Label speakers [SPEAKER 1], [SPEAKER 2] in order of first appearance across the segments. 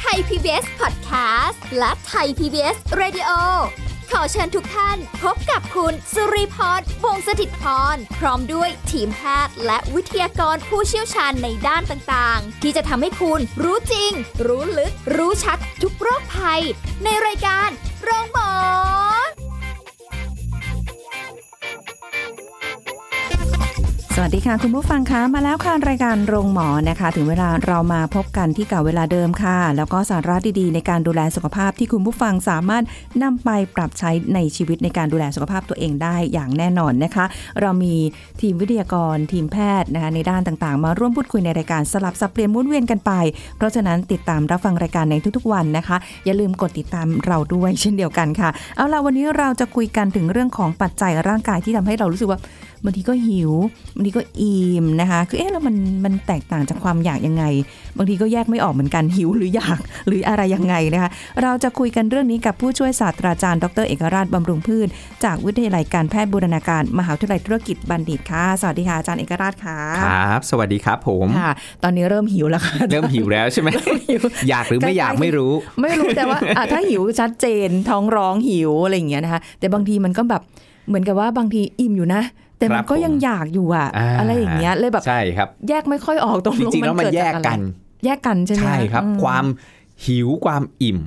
[SPEAKER 1] ไทย PBS Podcast และไทย PBS Radio ขอเชิญทุกท่านพบกับคุณสุริพรวงศสถิตพร พร้อมด้วยทีมแพทย์และวิทยากรผู้เชี่ยวชาญในด้านต่างๆ ที่จะทำให้คุณรู้จริง รู้ลึก รู้ชัดทุกโรคภัย ในรายการโรงพยาบาล
[SPEAKER 2] สวัสดีค่ะ คุณผู้ฟังคะมาแล้วค่ะรายการโรงหมอนะคะ ถึงเวลาเรามาพบกันที่เก่าเวลาเดิมค่ะ แล้วก็สาระดีๆ ในการดูแลสุขภาพที่คุณผู้ฟังสามารถนำไปปรับใช้ในชีวิตในการดูแลสุขภาพตัวเองได้อย่างแน่นอนนะคะ เรามีทีมวิทยากรทีมแพทย์นะคะในด้านต่างๆ มาร่วมพูดคุยในรายการสลับสับเปลี่ยนหมุนเวียนกันไป เพราะฉะนั้นติดตามรับฟังรายการในทุกๆวันนะคะ อย่าลืมกดติดตามเราด้วยเช่นเดียวกันค่ะ เอาล่ะวันนี้เราจะคุยกันถึงเรื่องของปัจจัยร่างกายที่ทำให้เรารู้สึกว่า บางทีก็หิว บางทีก็อิ่มนะคะ คือเอ๊ะแล้วมันมันแตกต่างจากความอยากยังไง บางทีก็แยกไม่ออกเหมือนกันหิวหรืออยาก หรืออะไรยังไงนะคะ เราจะคุยกันเรื่องนี้กับผู้ช่วยศาสตราจารย์ดรเอกราชบำรุงพืช จากวิทยาลัยการแพทย์บูรณาการมหาวิทยาลัยธุรกิจบัณฑิตค่ะ สวัสดีค่ะอาจารย์เอกราชค่ะ
[SPEAKER 3] ครับ สวัสดีครับผม
[SPEAKER 2] ค่ะ ตอนนี้เริ่มหิวแล้วค่ะ
[SPEAKER 3] เริ่มหิวแล้วใช่ไหม
[SPEAKER 2] หิว
[SPEAKER 3] อยากหรือไม่อยากไม่รู้
[SPEAKER 2] ไม่รู้แต่ว่าอ่ะถ้าหิวชัดเจนท้องร้องหิวอะไรอย่างเงี้ยนะคะ แต่บางทีมันก็แบบเหมือนกับว่าบางทีอิ่มอยู่นะ แต่มันก็
[SPEAKER 3] ครับผม
[SPEAKER 2] ยังอยากอยู่อะ
[SPEAKER 3] อ่า
[SPEAKER 2] อะไรอย่างเงี้ยเลยแบบ
[SPEAKER 3] ใช่ครับ
[SPEAKER 2] แยกไม่ค่อยออกตรง
[SPEAKER 3] จริงๆแล้วมัน
[SPEAKER 2] เด
[SPEAKER 3] แย
[SPEAKER 2] จาก อะไร
[SPEAKER 3] กัน
[SPEAKER 2] แยกกันใช่ไหม
[SPEAKER 3] ใช่ครับ
[SPEAKER 2] อืม
[SPEAKER 3] ความหิวความอิ่ม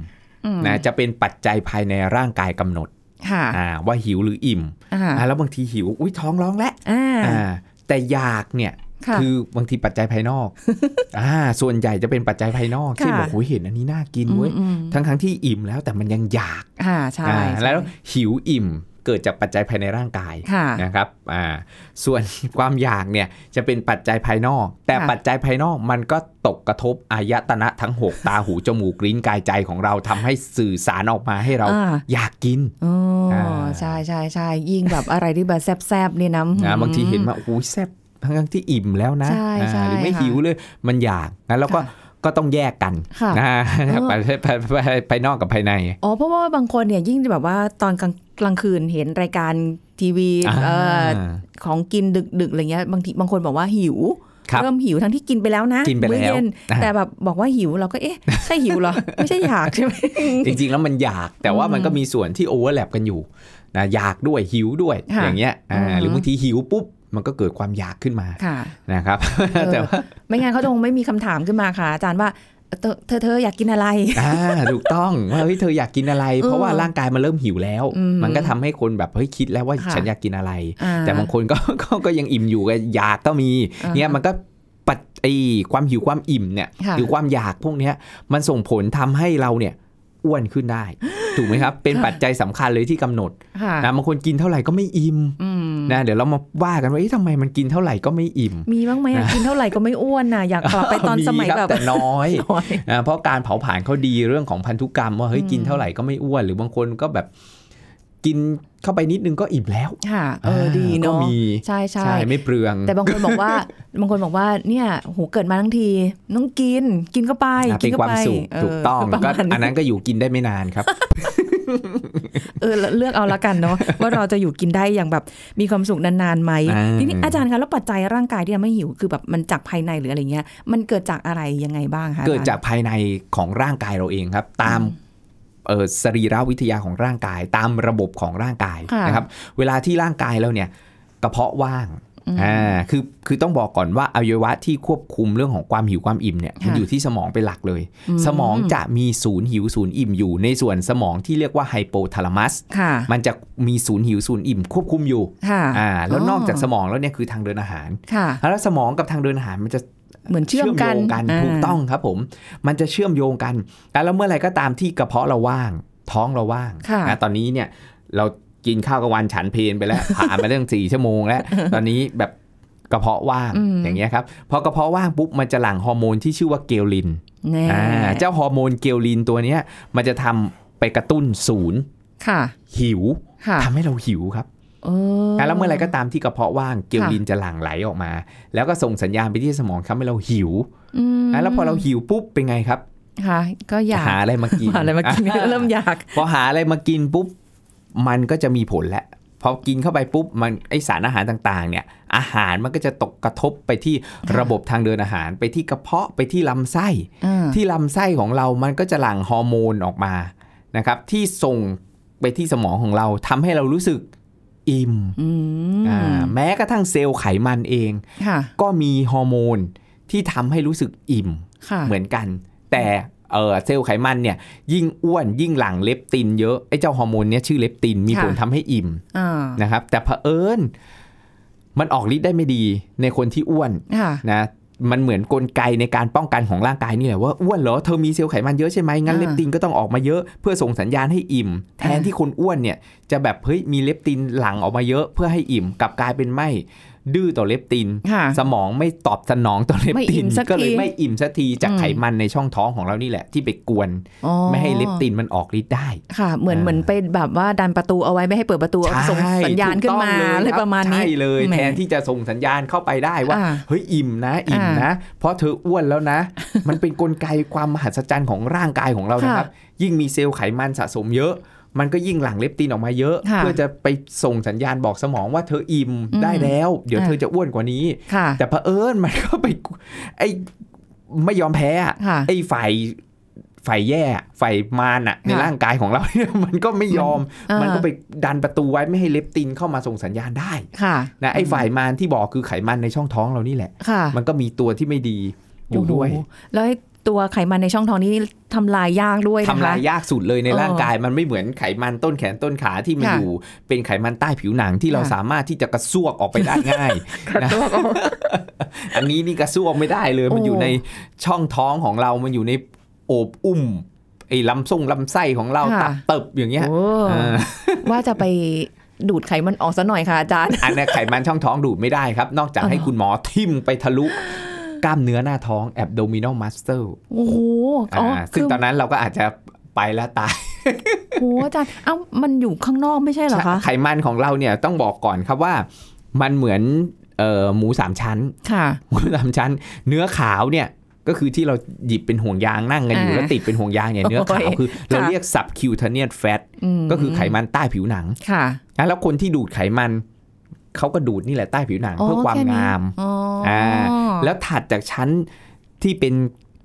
[SPEAKER 2] อืม
[SPEAKER 3] นะจะเป็นปัจจัยภายในร่างกายกำหนด
[SPEAKER 2] ค่ะ
[SPEAKER 3] อ่าว่าหิวหรืออิ่ม
[SPEAKER 2] อ่า
[SPEAKER 3] อ่าแล้วบางทีหิวอุ้ยท้องร้องแล้ว
[SPEAKER 2] อ่า
[SPEAKER 3] อ่าแต่อยากเนี่ย
[SPEAKER 2] ค่ะ
[SPEAKER 3] คือบางทีปัจจัยภายน อกอ่าส่วนใหญ่จะเป็นปัจจัยภายนอก
[SPEAKER 2] ค่ะ
[SPEAKER 3] เช่นบอกโอ้ยเห็นอันนี้น่ากินเว้ย
[SPEAKER 2] อืม
[SPEAKER 3] ทั้งทั้งๆที่อิ่มแล้วแต่มันยังอยาก
[SPEAKER 2] อ่าใช่
[SPEAKER 3] อ่า
[SPEAKER 2] ใช่
[SPEAKER 3] แล้วหิวอิ่มเกิดจากปัจจัยภายในร่างกาย
[SPEAKER 2] ค่ะ
[SPEAKER 3] นะครับ อ่า ส่วน ความอยากเนี่ยจะเป็นปัจจัยภายนอก แต่
[SPEAKER 2] ค่ะ
[SPEAKER 3] ปัจจัยภายนอกมันก็ตกกระทบอายตนะทั้ง 6 ตา หู จมูก ลิ้น กาย ใจของเราทำให้สื่อสารออกมาให้เรา
[SPEAKER 2] อ่า
[SPEAKER 3] อยากกิน
[SPEAKER 2] อ๋ออา ใช่ใช่ใช่ยิ่งแบบอะไรที่แบบแซบๆเนี่ยนะ
[SPEAKER 3] นะบางทีเห็นมาโอ้ยแซ่บทั้งๆที่อิ่มแล้วนะ
[SPEAKER 2] ใช่
[SPEAKER 3] อ่า
[SPEAKER 2] ใช่
[SPEAKER 3] หรือไม่
[SPEAKER 2] ค่ะ
[SPEAKER 3] หิวเลย มันอยากงั้นเราก็
[SPEAKER 2] ค่ะ
[SPEAKER 3] ก็ต้องแยกกัน
[SPEAKER 2] ค่ะ
[SPEAKER 3] นะภายภายภายภายนอกกับภายใน
[SPEAKER 2] อ๋อเพราะว่าบางคนเนี่ยยิ่งแบบว่าตอนกลางกลางคืนเห็นรายการทีวีเอ่ออ
[SPEAKER 3] อ่า
[SPEAKER 2] ของกินดึกๆอะไรเงี้ยบางทีบางคนบอกว่าหิว
[SPEAKER 3] ครับ
[SPEAKER 2] เริ่มหิวทั้งที่กินไปแล้วนะ
[SPEAKER 3] กินไป
[SPEAKER 2] มื้อ
[SPEAKER 3] แล้ว
[SPEAKER 2] เย็น
[SPEAKER 3] อ่า
[SPEAKER 2] แต่แบบบอกว่าหิวเราก็เอ๊ะใช่หิวเหรอ ไม่ใช่อยากใช่ไหม
[SPEAKER 3] จริง ๆ แล้วมันอยากแต่ว่ามันก็มีส่วนที่โอเวอร์แลปกันอยู่นะอยากด้วยหิวด้วย
[SPEAKER 2] ค่ะ
[SPEAKER 3] อย่างเงี้ยอ่า
[SPEAKER 2] อืม
[SPEAKER 3] หรือบางทีหิวปุ๊บ มันก็เกิดความอยากขึ้นมา
[SPEAKER 2] ค่ะ
[SPEAKER 3] นะครับ
[SPEAKER 2] เออ
[SPEAKER 3] แต่ว่า
[SPEAKER 2] ไม่งั้นเขาคงไม่มีคำถามขึ้นมาค่ะ อาจารย์ว่าเธอเธอเธออยากกินอะไร
[SPEAKER 3] อ่าถูกต้องว่าเฮ้ยเธออยากกินอะไร
[SPEAKER 2] เออ
[SPEAKER 3] เพราะว่าร่างกายมันเริ่มหิวแล้ว
[SPEAKER 2] อืม
[SPEAKER 3] มันก็ทำให้คนแบบเฮ้ยคิดแล้วว่า
[SPEAKER 2] ค่ะ
[SPEAKER 3] ฉันอยากกินอะไร
[SPEAKER 2] อ่
[SPEAKER 3] แต่บางคนก็ ก็ก็ยังอิ่มอยู่ก็อยากก็มี
[SPEAKER 2] อ่า
[SPEAKER 3] เนี่ยมันก็ปัดไอความหิวความอิ่มเนี่ย
[SPEAKER 2] ค่ะ
[SPEAKER 3] หรือความอยากพวกเนี้ยมันส่งผลทำให้เราเนี่ยอ้วนขึ้นได้ ถูกไหมครับ เป็น
[SPEAKER 2] ค่ะ
[SPEAKER 3] ปัจจัยสำคัญเลยที่กำหนด
[SPEAKER 2] ค่ะ
[SPEAKER 3] นะบางคนกินเท่าไหร่ก็ไม่อิ่ม
[SPEAKER 2] อืม
[SPEAKER 3] นะเดี๋ยวเรามาว่ากันว่าเอ๊ะทำไมมันกินเท่าไหร่ก็ไม่อิ่ม
[SPEAKER 2] มีบ้างไหมอะกินเท่าไหร่ก็ไม่อ้วนนะอยากกลับไปตอนสมัย
[SPEAKER 3] ครับ
[SPEAKER 2] แบบ
[SPEAKER 3] แต่น้อย
[SPEAKER 2] น้อย
[SPEAKER 3] นะเพราะการเผาผลาญเขาดีเรื่องของพันธุกรรม ว่าเฮ้ย
[SPEAKER 2] อืม
[SPEAKER 3] กินเท่าไหร่ก็ไม่อ้วน หรือบางคนก็แบบกินเข้าไปนิดนึงก็อิ่มแล้ว
[SPEAKER 2] ค่ะเออดี
[SPEAKER 3] อ่ก็
[SPEAKER 2] เนาะ
[SPEAKER 3] มี
[SPEAKER 2] ใช่ใช่
[SPEAKER 3] ใช่ไม่เปลือง
[SPEAKER 2] แต่บางคนบอกว่า บางคนบอกว่าเนี่ยโหเกิดมาทั้งทีต้องกินกินก็ไป
[SPEAKER 3] อ่ะ
[SPEAKER 2] กิ
[SPEAKER 3] เป็น
[SPEAKER 2] ก็
[SPEAKER 3] ความ
[SPEAKER 2] ไป
[SPEAKER 3] สุข
[SPEAKER 2] เ
[SPEAKER 3] ถูกต้อง
[SPEAKER 2] ประ
[SPEAKER 3] ก็
[SPEAKER 2] มาณ
[SPEAKER 3] อันนั้นก็อยู่กินได้ไม่นานครับ
[SPEAKER 2] เออเลือกเอาละกันเนาะ ว่าเราจะอยู่กินได้อย่างแบบมีความสุขนานๆไหม
[SPEAKER 3] อ่า
[SPEAKER 2] ทีนี้อาจารย์คะแล้วปัจจัยร่างกายที่ทำให้หิวคือแบบมันจากภายในหรืออะไรเงี้ย มันเกิดจากอะไรยังไงบ้างคะ
[SPEAKER 3] เกิดจาก
[SPEAKER 2] อ
[SPEAKER 3] ภายในของร่างกายเราเองครับ ตามเอ่อสรีรวิทยาของร่างกาย ตามระบบของร่างกาย
[SPEAKER 2] ค่ะ
[SPEAKER 3] นะครับ เวลาที่ร่างกายเราเนี่ยกระเพาะว่าง
[SPEAKER 2] อืม
[SPEAKER 3] อ่าคือคือต้องบอกก่อนว่าอวัยวะที่ควบคุมเรื่องของความหิวความอิ่มเนี่ยมัน
[SPEAKER 2] ค่ะ
[SPEAKER 3] อยู่ที่สมองเป็นหลักเลย
[SPEAKER 2] อืม
[SPEAKER 3] สมองจะมีศูนย์หิวศูนย์อิ่มอยู่ ในส่วนสมองที่เรียกว่าไฮโปทาลามัส
[SPEAKER 2] าจารย์ค่ะ
[SPEAKER 3] มันจะมีศูนย์หิวศูนย์อิ่มควบคุมอยู่
[SPEAKER 2] ค่ะ
[SPEAKER 3] อ่าแล้วนอกจากสมองแล้วเนี่ยคือทางเดินอาหาร
[SPEAKER 2] ค่ะ
[SPEAKER 3] แล้วสมองกับทางเดินอาหารมันจะ
[SPEAKER 2] เหมือนเชื่อมกัน
[SPEAKER 3] เชื่อมโยงกันถูกต้องครับผม มันจะเชื่อมโยงกัน แล้วเมื่อไหร่ก็ตามที่กระเพาะเราว่าง ท้องเราว่าง
[SPEAKER 2] ค่ะ
[SPEAKER 3] นะตอนนี้เนี่ยเรากินข้าวกลางวันฉันเพลนไปแล้ว ผ่านมาเรื่องสี่ชั่วโมงแล้ว ตอนนี้แบบกระเพาะว่าง
[SPEAKER 2] อืม
[SPEAKER 3] อย่างเงี้ยครับพอกระเพาะว่างปุ๊บมันจะหลั่งฮอร์โมนที่ชื่อว่าเกลลิน
[SPEAKER 2] แน่
[SPEAKER 3] อ่าเจ้าฮอร์โมนเกลลินตัวเนี้ยมันจะทำไปกระตุ้นศูนย์
[SPEAKER 2] ค่ะ
[SPEAKER 3] หิว
[SPEAKER 2] ค่ะ
[SPEAKER 3] ทำให้เราหิวครับ
[SPEAKER 2] เออ
[SPEAKER 3] แล้วเมื่อไหรก็ตามที่กระเพาะว่างเกลลินจะหลั่งไหลออกมา แล้วก็ส่งสัญญาณไปที่สมองทำให้เราหิว
[SPEAKER 2] อืม
[SPEAKER 3] อ่ะแล้วพอเราหิวปุ๊บเป็นไงครับ
[SPEAKER 2] ค่ะก็อยาก
[SPEAKER 3] หาอะไรมากิน
[SPEAKER 2] หาอะไรมากิน
[SPEAKER 3] อ่ะ
[SPEAKER 2] เริ่มอยาก
[SPEAKER 3] พอหาอะไรมากินปุ๊บ มันก็จะมีผลแล้ว พอกินเข้าไปปุ๊บมันไอสารอาหารต่างๆเนี่ยอาหารมันก็จะตกกระทบไปที่ระบบทางเดินอาหาร ไปที่กระเพาะไปที่ลำไส้
[SPEAKER 2] อ่า
[SPEAKER 3] ที่ลำไส้ของเรามันก็จะหลั่งฮอร์โมนออกมานะครับที่ส่งไปที่สมองของเราทำให้เรารู้สึกอิ่ม
[SPEAKER 2] อืม
[SPEAKER 3] อ่าแม้กระทั่งเซลล์ไขมันเอง
[SPEAKER 2] ค่ะ
[SPEAKER 3] ก็มีฮอร์โมนที่ทำให้รู้สึกอิ่ม
[SPEAKER 2] ค่ะ
[SPEAKER 3] เหมือนกัน แต่เอ่อเซลล์ไขมันเนี่ยยิ่งอ้วนยิ่งหลั่งเลปตินเยอะไอ้เจ้าฮอร์โมนเนี้ยชื่อเลปตินมี
[SPEAKER 2] ค่ะ
[SPEAKER 3] ผลทำให้อิ่ม
[SPEAKER 2] อ่า
[SPEAKER 3] นะครับแต่เผอิญมันออกฤทธิ์ได้ไม่ดีในคนที่อ้วน
[SPEAKER 2] ค่ะ
[SPEAKER 3] นะมันเหมือนกลไกในการป้องกันของร่างกายนี่แหละว่าอ้วนเหรอเธอมีเซลล์ไขมันเยอะใช่ไหมงั้น
[SPEAKER 2] อ่า
[SPEAKER 3] เลปตินก็ต้องออกมาเยอะเพื่อส่งสัญญาณให้อิ่ม แทน
[SPEAKER 2] อ่า
[SPEAKER 3] ที่คนอ้วนเนี่ยจะแบบเฮ้ยมีเลปตินหลั่งออกมาเยอะเพื่อให้อิ่มกลับกลายเป็นไม่ดื้อต่อเลปติน
[SPEAKER 2] ค่ะ
[SPEAKER 3] สมองไม่ตอบสนองต่อเลป
[SPEAKER 2] ไม่
[SPEAKER 3] ติ
[SPEAKER 2] อิ่
[SPEAKER 3] น
[SPEAKER 2] มสัก
[SPEAKER 3] ก็เลย
[SPEAKER 2] ที
[SPEAKER 3] ไม่อิ่มสักทีจาก
[SPEAKER 2] อืม
[SPEAKER 3] ไขมันในช่องท้องของเรานี่แหละ ที่ไปกวน
[SPEAKER 2] อ๋อ
[SPEAKER 3] ไม่ให้เลปตินมันออกฤทธิ์ได้
[SPEAKER 2] ค่ะ เหมือน
[SPEAKER 3] อ่า
[SPEAKER 2] เหมือนไปแบบว่าดันประตูเอาไว้ไม่ให้เปิดประตูเอาส่ง
[SPEAKER 3] ใช่
[SPEAKER 2] สัญญาณ
[SPEAKER 3] ถู
[SPEAKER 2] ขึ้
[SPEAKER 3] ก
[SPEAKER 2] น
[SPEAKER 3] ต้
[SPEAKER 2] มา
[SPEAKER 3] อง
[SPEAKER 2] อะไร
[SPEAKER 3] คบ
[SPEAKER 2] ประมาณนี้
[SPEAKER 3] ใช่เลย
[SPEAKER 2] หม
[SPEAKER 3] แทนที่จะส่งสัญญาณเข้าไปได้ว่า
[SPEAKER 2] อ่า
[SPEAKER 3] เฮ้ยอิ่มนะอิ่มนะ เพราะเธออ้วนแล้วนะ มันเป็นกลไกความมหัศจรรย์ของร่างกายของเรานะครับ ยิ่งมีเซลล์ไขมันสะสมเยอะ มันก็ยิ่งหลั่งเลปตินออกมาเยอะ
[SPEAKER 2] ค่ะ
[SPEAKER 3] เพื่อจะไปส่งสัญญาณบอกสมองว่าเธออิ่ม
[SPEAKER 2] อืม
[SPEAKER 3] ได้แล้ว เดี๋ยว
[SPEAKER 2] อ่า
[SPEAKER 3] เธอจะอ้วนกว่านี้
[SPEAKER 2] ค่ะ
[SPEAKER 3] แต่เผอิญมันก็ไปไอ้ไม่ยอมแพ้อะ
[SPEAKER 2] ค่ะ
[SPEAKER 3] ไอ้ฝ่ายฝ่ายแย่อะฝ่ายมารน่ะใน
[SPEAKER 2] ค่ะ
[SPEAKER 3] ร่างกายของเรา เนี่ย มันก็ไม่ยอม
[SPEAKER 2] อ่ามั
[SPEAKER 3] มันก็ไปดันประตูไว้ไม่ให้เลปตินเข้ามาส่งสัญญาณได้
[SPEAKER 2] ค่ะ
[SPEAKER 3] นะไอ้ฝ่ายมารที่บอกคือไขมันในช่องท้องเรานี่แหละ
[SPEAKER 2] ค่ะ
[SPEAKER 3] มันก็มีตัวที่ไม่ดีอยู่ด้วย
[SPEAKER 2] โโหแล้วไอ้ตัวไขมันในช่องท้องนี้ทำลายยากด้วยนะคะ
[SPEAKER 3] ทำลายยากสุดเลยใน
[SPEAKER 2] เออ
[SPEAKER 3] ร่างกายมันไม่เหมือนไขมันต้นแขนต้นขาที่มัน
[SPEAKER 2] ค่ะ
[SPEAKER 3] อยู่ เป็นไขมันใต้ผิวหนังที่เรา
[SPEAKER 2] ค่ะ
[SPEAKER 3] สามารถที่จะกระซวกออกไปได้ง่าย
[SPEAKER 2] กระตัวออก
[SPEAKER 3] อันนี้นี่กระซวกไม่ได้เลย มัน
[SPEAKER 2] โอ้
[SPEAKER 3] อยู่ในช่องท้องของเรา มันอยู่ในโอบอุ้มไอ้ลำส่งลำไส้ของเรา
[SPEAKER 2] ค่ะ
[SPEAKER 3] ตับเติบอย่างเงี้ย
[SPEAKER 2] โอ้
[SPEAKER 3] เออ
[SPEAKER 2] ว่าจะไปดูดไขมันออกซะหน่อยค่ะอาจารย์
[SPEAKER 3] อันนี้ไขมันช่องท้องดูดไม่ได้ครับ นอกจาก
[SPEAKER 2] อ๋อ
[SPEAKER 3] ให้คุณหมอทิ่มไปทะลุ กล้ามเนื้อหน้าท้อง abdominal muscle
[SPEAKER 2] โอ้โหอ๋อ
[SPEAKER 3] อ่าซึ่
[SPEAKER 2] คื
[SPEAKER 3] ง
[SPEAKER 2] อ
[SPEAKER 3] ตอนนั้นเราก็อาจจะไปแล้วตาย
[SPEAKER 2] โอ้โหอาจารย์เอ้ามันอยู่ข้างนอกไม่ใช่เหรอคะ
[SPEAKER 3] ไขมันของเราเนี่ยต้องบอกก่อนครับว่า มันเหมือนเอ่อหมูสามชั้น
[SPEAKER 2] ค่ะ
[SPEAKER 3] หมูสามชั้น เนื้อขาวเนี่ยก็คือที่เราหยิบเป็นห่วงยางนั่งกันอยู่
[SPEAKER 2] อ่า
[SPEAKER 3] แล้วติดเป็นห่วงยางเนี่ย
[SPEAKER 2] โอ้ย
[SPEAKER 3] เนื้อขาวคือเรา
[SPEAKER 2] ค่ะ
[SPEAKER 3] เรียก subcutaneous fat
[SPEAKER 2] ม
[SPEAKER 3] ก็คือไขมันใต้ผิวหนัง
[SPEAKER 2] ค่ะ
[SPEAKER 3] นะแล้วคนที่ดูดไขมันเขาก็ดูดนี่แหละใต้ผิวหนังเพื่อความ
[SPEAKER 2] แนี้
[SPEAKER 3] งาม
[SPEAKER 2] อ๋ออ
[SPEAKER 3] อ่า แล้วถัดจากชั้นที่เป็น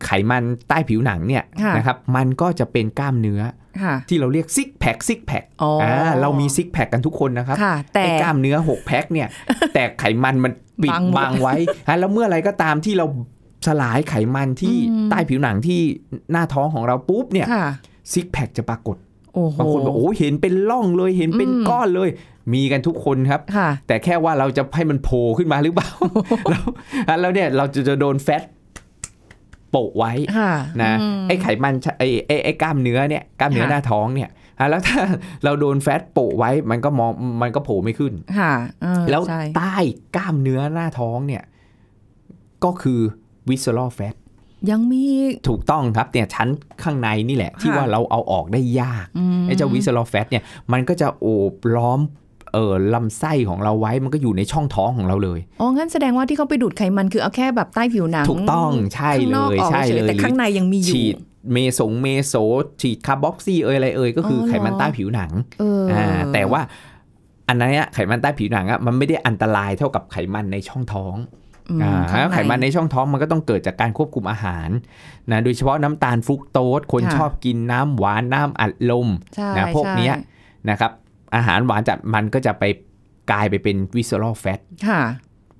[SPEAKER 3] ไขมันใต้ผิวหนังเนี่ย
[SPEAKER 2] ค่ะ
[SPEAKER 3] นะครับมันก็จะเป็นกล้ามเนื้อ
[SPEAKER 2] ค่ะ
[SPEAKER 3] ที่เราเรียกซิกแพคซิกแพค
[SPEAKER 2] อ๋ออ่
[SPEAKER 3] เรามีซิกแพคกันทุกคนนะครับ
[SPEAKER 2] ค่ะ แต่
[SPEAKER 3] ไอ้กล้ามเนื้อ 6 แพ็คเนี่ย แต่ไขมันมันปิด
[SPEAKER 2] บังหมด
[SPEAKER 3] บัง ไว้ฮะแล้วเมื่อไรก็ตามที่เราสลายไขมันที่
[SPEAKER 2] อืม
[SPEAKER 3] ใต้ผิวหนังที่หน้าท้องของเราปุ๊บเนี่ย
[SPEAKER 2] ค่ะ
[SPEAKER 3] ซิกแพคจะปรากฏ
[SPEAKER 2] โอ้โห
[SPEAKER 3] บางคนบอกโอ้เห็นเป็นร่องเลยเห็นเป็น
[SPEAKER 2] อืม
[SPEAKER 3] ก้อนเลย มีกันทุกคนครับ
[SPEAKER 2] ค่ะ
[SPEAKER 3] แต่แค่ว่าเราจะให้มันโผล่ขึ้นมาหรือเปล่า แล้วฮะแล้วเนี่ยเราจะจะโดนแฟตโปะไว้
[SPEAKER 2] ค่ะ
[SPEAKER 3] นะ
[SPEAKER 2] อืม
[SPEAKER 3] ไอ้ไขมันชะไอ้ไอ้ไอ้กล้ามเนื้อเนี่ยกล้ามเนื้อ
[SPEAKER 2] ค่ะ
[SPEAKER 3] หน้าท้องเนี่ยอ่ะแล้วถ้าเราโดนแฟตโปะไว้มันก็มองมันก็โผล่ไม่ขึ้น
[SPEAKER 2] ค่ะเออ
[SPEAKER 3] แล้ว
[SPEAKER 2] ใช่
[SPEAKER 3] ใต้กล้ามเนื้อหน้าท้องเนี่ยก็คือวิสซอลแฟต
[SPEAKER 2] ยังมีอีก
[SPEAKER 3] ถูกต้องครับเนี่ยชั้นข้างในนี่แหละ ที่
[SPEAKER 2] ค่ะ
[SPEAKER 3] ว่าเราเอาออกได้ยาก
[SPEAKER 2] ม
[SPEAKER 3] ไอ้เจ้าวิสซอลแฟตเนี่ยมันก็จะโอบล้อมเออลำไส้ของเราไว้มันก็อยู่ในช่องท้องของเราเลย
[SPEAKER 2] อ๋อ งั้นแสดงว่าที่เขาไปดูดไขมันคือเอาแค่แบบใต้ผิวหนัง
[SPEAKER 3] ถูกต้องใช่
[SPEAKER 2] ข้าง
[SPEAKER 3] เล
[SPEAKER 2] นอก
[SPEAKER 3] ย
[SPEAKER 2] ออก
[SPEAKER 3] ใช่
[SPEAKER 2] เฉ
[SPEAKER 3] เลยย
[SPEAKER 2] แต่
[SPEAKER 3] หรือ
[SPEAKER 2] ข้างในยังมีอยู่
[SPEAKER 3] ฉีดเมสงเมโซฉีดคาร์บอกซี่เอยอะไรเอยก็คืออ
[SPEAKER 2] อเหรอ
[SPEAKER 3] ไขมันใต้ผิวหนัง
[SPEAKER 2] เอออ
[SPEAKER 3] อ่าแต่ว่าอันนั้นเนี่ยไขมันใต้ผิวหนังอะมันไม่ได้อันตรายเท่ากับไขมันในช่องท้อง
[SPEAKER 2] อืม
[SPEAKER 3] อ่า
[SPEAKER 2] ข้าง
[SPEAKER 3] แล้วไขมันในช่องท้องมันก็ต้องเกิดจากการควบคุมอาหารนะโดยเฉพาะน้ำตาลฟรุกโตสคนชอบกินน้ำหวานน้ำอัดลม
[SPEAKER 2] ใช่
[SPEAKER 3] นะพวกเนี้ย
[SPEAKER 2] ใช่
[SPEAKER 3] นะครับอาหารหวานจัดมันก็จะไปกลายไปเป็นวิสซอลแฟต
[SPEAKER 2] ค่ะ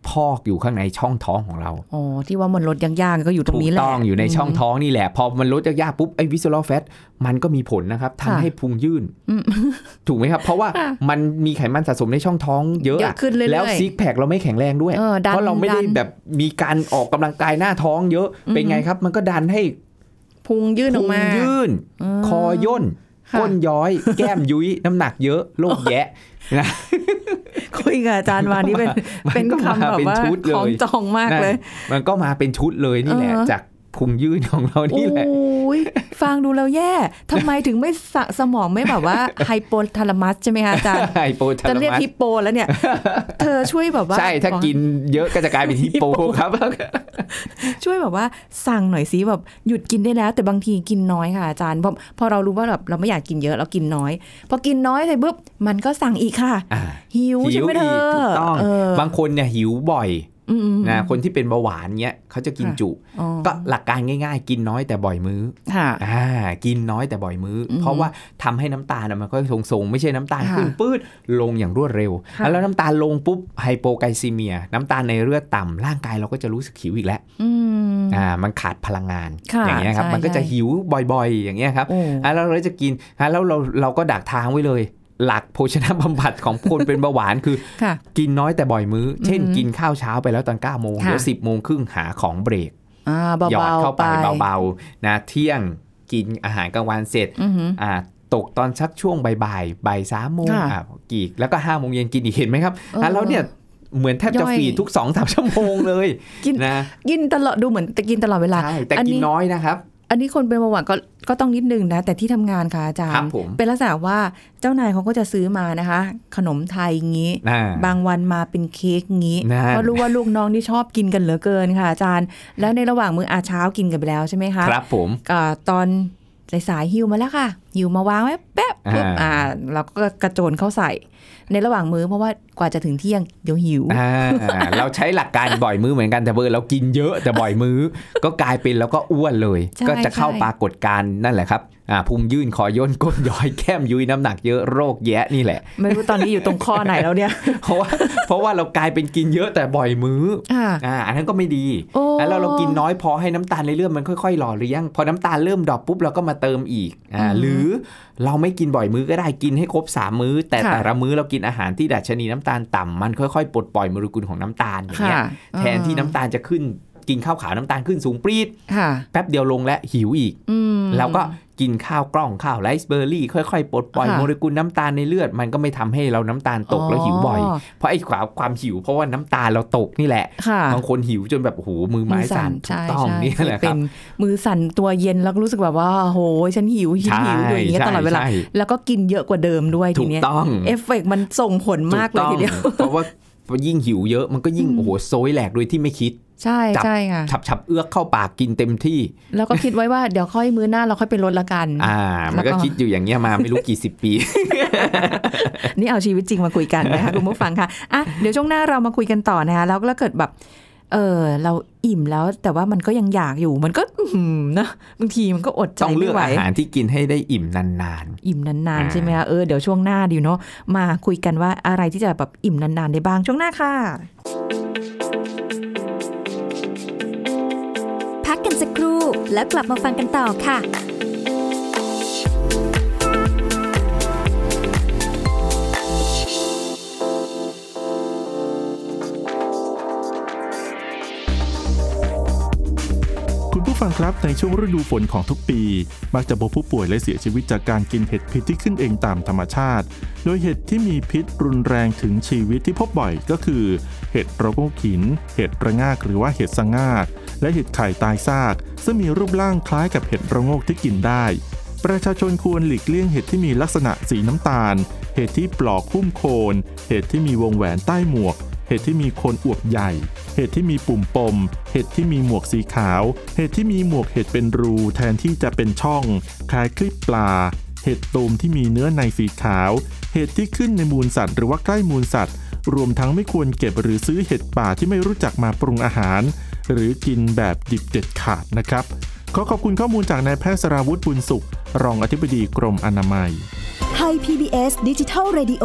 [SPEAKER 3] พอกอยู่ข้างในช่องท้องของเรา
[SPEAKER 2] อ๋อ ที่ว่ามันลดยากๆก็อยู่ตร
[SPEAKER 3] ถู
[SPEAKER 2] ง
[SPEAKER 3] ก
[SPEAKER 2] นี้แหละ
[SPEAKER 3] ต้องอยู่ในช่อง
[SPEAKER 2] ม
[SPEAKER 3] ท้องนี่แหละ พอมันลดยากๆปุ๊บไอ้วิสซอลแฟตมันก็มีผลนะครับทำ
[SPEAKER 2] ค่ะ
[SPEAKER 3] ให้พุงยื่น
[SPEAKER 2] อืม
[SPEAKER 3] ถูกไหมครับ เพราะว่า
[SPEAKER 2] ค่ะ
[SPEAKER 3] มันมีไขมันสะสมในช่องท้องเยอะ
[SPEAKER 2] เยอะขึ้นเรื่อยๆ
[SPEAKER 3] แล้วซิกแพคเราไม่แข็งแรงด้วย
[SPEAKER 2] เออดัน
[SPEAKER 3] เพราะเราไม่ได้
[SPEAKER 2] ดัน
[SPEAKER 3] แบบมีการออกกำลังกายหน้าท้องเยอะเป็นไงครับ มันก็ดันให้
[SPEAKER 2] พุงยื่นออกมา
[SPEAKER 3] พุงยื่น
[SPEAKER 2] ม
[SPEAKER 3] คอย่น
[SPEAKER 2] ค่ะ
[SPEAKER 3] ก้นย้อย แก้มยุ้ย น้ำหนักเยอะ โรคแยะ นะ
[SPEAKER 2] คุยกับอาจารย์วานี่เป็น
[SPEAKER 3] มัน
[SPEAKER 2] เป็น
[SPEAKER 3] ก็มา
[SPEAKER 2] คำแบบ
[SPEAKER 3] เป็น
[SPEAKER 2] ว่า
[SPEAKER 3] ชุดเลย
[SPEAKER 2] ของจองมากเลย
[SPEAKER 3] นั่นมันก็มาเป็นชุดเลยนี่แหละ
[SPEAKER 2] เออ
[SPEAKER 3] จาก พุงยื่นของเรานี่แหละ
[SPEAKER 2] โอ้ยฟังดูแล้วแย่ทำไมถึงไม่สะสมองไม่แบบ ว่า ไฮโปทาลามัสใช่ไหมคะอาจารย์
[SPEAKER 3] ไฮโปทา
[SPEAKER 2] จะ
[SPEAKER 3] ลา
[SPEAKER 2] เรียก
[SPEAKER 3] มัส
[SPEAKER 2] ฮิปโปแล้วเนี่ย เธอช่วยแบบว่า
[SPEAKER 3] ใช่ถ้า
[SPEAKER 2] บอก
[SPEAKER 3] กินเยอะก็จะกลายเป็นฮิปโปครับ
[SPEAKER 2] ช่วยแบบว่าสั่งหน่อยสิแบบหยุดกินได้แล้ว แต่บางทีกินน้อยค่ะอาจารย์พอพอเรารู้ว่าแบบเราไม่อยากกินเยอะเรากินน้อย พอกินน้อยเสร็จปุ๊บมันก็สั่งอีกค่ะ
[SPEAKER 3] อ่า
[SPEAKER 2] หิวใช่ไหมเธอ
[SPEAKER 3] ถูกต้อง
[SPEAKER 2] เ
[SPEAKER 3] บางคนเนี่ยหิวบ่อย
[SPEAKER 2] อืมอืม
[SPEAKER 3] นะคนที่เป็นเบาหวานเนี่ยเขาจะกิน
[SPEAKER 2] ค่ะ
[SPEAKER 3] จุ
[SPEAKER 2] อ๋อ
[SPEAKER 3] ก็หลักการง่ายๆ กินน้อยแต่บ่อยมื้อ
[SPEAKER 2] ค่ะ
[SPEAKER 3] อ่ากินน้อยแต่บ่อยมื้ออ
[SPEAKER 2] อฮึ
[SPEAKER 3] เพราะว่าทำให้น้ำตาลน่ะมันก็ทรงๆ ไม่ใช่น้ำตาล
[SPEAKER 2] ค่ะ
[SPEAKER 3] ขึ้นปื๊ดลงอย่างรวดเร็ว
[SPEAKER 2] ค่ะ
[SPEAKER 3] แล้วน้ำตาลลงปุ๊บไฮโปไกซีเมีย น้ำตาลในเลือดต่ำร่างกายเราก็จะรู้สึกหิวอีกแล้ว
[SPEAKER 2] อืม
[SPEAKER 3] อ่ามันขาดพลังงาน
[SPEAKER 2] ค่ะ
[SPEAKER 3] อย่างเงี้ยครับ
[SPEAKER 2] ใช่
[SPEAKER 3] มันก็จะ
[SPEAKER 2] ใช่
[SPEAKER 3] หิวบ่อยๆ อย่างเงี้ยครับ
[SPEAKER 2] โอ้
[SPEAKER 3] อ่าแล้วเราจะกินอ่าแล้วเราเราก็ดักทางไว้เลย หลักโภชนาบำบัดของคนเป็นเบาหวานคือ
[SPEAKER 2] ค่ะ
[SPEAKER 3] กินน้อยแต่บ่อยมื้อ เช่น
[SPEAKER 2] อือหือ
[SPEAKER 3] กินข้าวเช้าไปแล้วตอน9ก้าโมง
[SPEAKER 2] ค่ะ
[SPEAKER 3] เดี๋ยวสิบโมงครึ่งหาของเบรก
[SPEAKER 2] อ่าเบาๆ
[SPEAKER 3] หยอดเข้าไป
[SPEAKER 2] ไป
[SPEAKER 3] เบาๆนะเที่ยงกินอาหารกลางวันเสร็จ
[SPEAKER 2] อือหือ
[SPEAKER 3] อ่าตกตอนสักช่วงบ่ายๆบ่ายสามโมง
[SPEAKER 2] ค่ะ
[SPEAKER 3] อ่ะกี่แล้วก็5้าโมงเย็นกินอีกเห็นไหมครับ
[SPEAKER 2] เออ
[SPEAKER 3] แล้วเราเนี่ยเหมือนแทบ
[SPEAKER 2] ย่
[SPEAKER 3] จะ
[SPEAKER 2] อย
[SPEAKER 3] ฟีดทุก2องสามชั่วโมงเลย
[SPEAKER 2] กิน
[SPEAKER 3] นะ
[SPEAKER 2] กินตลอดดูเหมือนแต่กินตลอดเวลา
[SPEAKER 3] ใช่แต่
[SPEAKER 2] อัน
[SPEAKER 3] กิ
[SPEAKER 2] นี้
[SPEAKER 3] นน้อยนะครับ
[SPEAKER 2] อันนี้คนเป็นเบาหวานก็ก็ต้องนิดนึงนะ แต่ที่ทำงานค่ะอาจาร
[SPEAKER 3] ครั
[SPEAKER 2] ย์
[SPEAKER 3] บผม
[SPEAKER 2] เป็นลักษณะว่าเจ้านายเขาก็จะซื้อมานะคะ ขนมไทยงี้
[SPEAKER 3] อ่า
[SPEAKER 2] บางวันมาเป็นเค้กงี้
[SPEAKER 3] นั่น
[SPEAKER 2] เพราะรู้ว่าลูกน้องที่ชอบกินกันเหลือเกินค่ะอาจารย์ แล้วในระหว่างมื้ออาเช้ากินกันไปแล้วใช่ไหมคะ
[SPEAKER 3] ครับผม
[SPEAKER 2] อ่าตอนสายๆหิวมาแล้วค่ะหิวมาวางไว้แป๊บปุ๊บ
[SPEAKER 3] อ่า
[SPEAKER 2] อ่าเราก็กระโจนเข้าใส่ ในระหว่างมื้อเพราะว่ากว่าจะถึงเที่ยงเดี๋ยวหิว
[SPEAKER 3] อ่าเราใช้หลักการบ่อยมื้อเหมือนกันแต่เบอร์เรากินเยอะแต่บ่อยมื้อ ก็กลายเป็นแล้วก็อ้วนเลย
[SPEAKER 2] ใช่
[SPEAKER 3] ก็จะเข้า
[SPEAKER 2] ใช่
[SPEAKER 3] ปรากฏการณ์นั่นแหละครับอ่าพุงยื่นคอย่นก้นย้อยแก้มยุ้ยน้ำหนักเยอะโรคแยะนี่แหละ
[SPEAKER 2] ไม่รู้ตอนนี้อยู่ตรงข้อไหนแล้วเนี่ย
[SPEAKER 3] เพราะว่าเพราะว่าเรากลายเป็นกินเยอะแต่บ่อยมื้อ
[SPEAKER 2] อ่า
[SPEAKER 3] อ่าอันนั้นก็ไม่ดี
[SPEAKER 2] โอ้
[SPEAKER 3] แล้วเราเรากินน้อยพอให้น้ำตาลในเลือดมันค่อยๆหล่อเลี้ยงพอน้ำตาลเริ่มดรอปปุ๊บเราก็มาเติมอีกอ่า
[SPEAKER 2] อืม
[SPEAKER 3] หรือเราไม่กินบ่อยมื้อก็ได้กินให้ครบสามมื้อ แต่
[SPEAKER 2] ค่ะ
[SPEAKER 3] แต่ละมื้อเรากินอาหารที่ดัชนีน้ำตาลต่ำมันค่อยๆปลดปล่อยโมเลกุลของน้ำตาลอย่างเงี้ย
[SPEAKER 2] ค่ะ
[SPEAKER 3] แทนที่น้ำตาลจะขึ้นกินข้าวขาวน้ำตาลขึ้นสูงปรีด
[SPEAKER 2] ค่ะ
[SPEAKER 3] แป๊บเดียวลงและหิวอีก
[SPEAKER 2] อืม
[SPEAKER 3] แล้วก็กินข้าวกล้องข้าวไรซ์เบอร์รี่ ค่อยๆ ปลดปล่อย
[SPEAKER 2] ค่ะ
[SPEAKER 3] โมเลกุลน้ำตาลในเลือด มันก็ไม่ทำให้เราน้ำตาลตกแล้วหิวบ่อย เพราะไอ้ความความหิวเพราะว่าน้ำตาลเราตกนี่แหละ
[SPEAKER 2] ค่ะ
[SPEAKER 3] บางคนหิวจนแบบโอ้โหมือไม้สั่นถู
[SPEAKER 2] ใช่
[SPEAKER 3] กต้อง
[SPEAKER 2] ใช่
[SPEAKER 3] นี่แหละค
[SPEAKER 2] เป็
[SPEAKER 3] รับ
[SPEAKER 2] นมือสั่นตัวเย็นแล้วก็รู้สึกแบบว่าโหยฉันหิวหิวหิวอยู่อย่างเงี้ยตลอดเวลา
[SPEAKER 3] ใช่ใช่
[SPEAKER 2] แล้วก็กินเยอะกว่าเดิมด้วยที
[SPEAKER 3] ถูก
[SPEAKER 2] เนี้ย
[SPEAKER 3] ต้อง
[SPEAKER 2] เอฟเฟกต์มันส่งผลมากเลยทีเดียว
[SPEAKER 3] ถูก ต้องเพราะว่ายิ่งหิวเยอะมันก็ยิ่งโอ้โหโซยแหลกโดยที่ไม่คิด
[SPEAKER 2] ใช่
[SPEAKER 3] จับ
[SPEAKER 2] ใช่ค่ะ
[SPEAKER 3] ฉับฉับๆเอื้อกเข้าปากกินเต็มที่
[SPEAKER 2] แล้วก็คิดไว้ว่าเดี๋ยวค่อยมื้อหน้าเราค่อยไปลดละกัน
[SPEAKER 3] อ่า มัน
[SPEAKER 2] แล้
[SPEAKER 3] ก็
[SPEAKER 2] วก็
[SPEAKER 3] คิดอยู่อย่างเงี้ยมาไม่รู้กี่สิบปี
[SPEAKER 2] นี่เอาชีวิตจริงมาคุยกัน นะคะ คุณผู้ฟังค่ะอ่ะเดี๋ยวช่วงหน้าเรามาคุยกันต่อนะคะแล้วแล้วเกิดแบบ เออเราอิ่มแล้วแต่ว่ามันก็ยังอยากอยู่มันก็อื้อหือนะบางทีมันก็อดใจ
[SPEAKER 3] ต้องเลื
[SPEAKER 2] ไม่
[SPEAKER 3] อก
[SPEAKER 2] ไหว
[SPEAKER 3] อาหารที่กินให้ได้อิ่มนาน
[SPEAKER 2] อิ่มนาน
[SPEAKER 3] อ่า
[SPEAKER 2] ๆ ใช่ไหมคะเออเดี๋ยวช่วงหน้าดีเนาะมาคุยกันว่าอะไรที่จะแบบอิ่มนานๆ ได้บ้างช่วงหน้าค่ะ
[SPEAKER 1] พักกันสักครู่แล้วกลับมาฟังกันต่อค่ะ
[SPEAKER 4] คุณผู้ฟังครับในช่วงฤดูฝนของทุกปี มักจะพบผู้ป่วยและเสียชีวิตจากการกินเห็ดพิษที่ขึ้นเองตามธรรมชาติ โดยเห็ดที่มีพิษรุนแรงถึงชีวิตที่พบบ่อยก็คือ เห็ดระโงกหิน เห็ดระงากหรือว่าเห็ดสะงาก และเห็ดไข่ตายซาก ซึ่งมีรูปร่างคล้ายกับเห็ดระโงกที่กินได้ ประชาชนควรหลีกเลี่ยงเห็ดที่มีลักษณะสีน้ำตาล เห็ดที่ปลอกหุ้มโคน เห็ดที่มีวงแหวนใต้หมวก เห็ดที่มีโคนอวบใหญ่ เห็ดที่มีปุ่มปม เห็ดที่มีหมวกสีขาว เห็ดที่มีหมวกเห็ดเป็นรูแทนที่จะเป็นช่อง คล้ายคลิปปลา เห็ดตูมที่มีเนื้อในสีขาว เห็ดที่ขึ้นในมูลสัตว์ หรือว่าใกล้มูลสัตว์ รวมทั้งไม่ควรเก็บหรือซื้อเห็ดป่าที่ไม่รู้จักมาปรุงอาหาร หรือกินแบบดิบเด็ดขาดนะครับ ขอขอบคุณข้อมูลจากนายแพทย์สราวุฒิบุญสุข รองอธิบดีกรมอนามัย
[SPEAKER 5] ไทย PBS ดิจิทัล Radio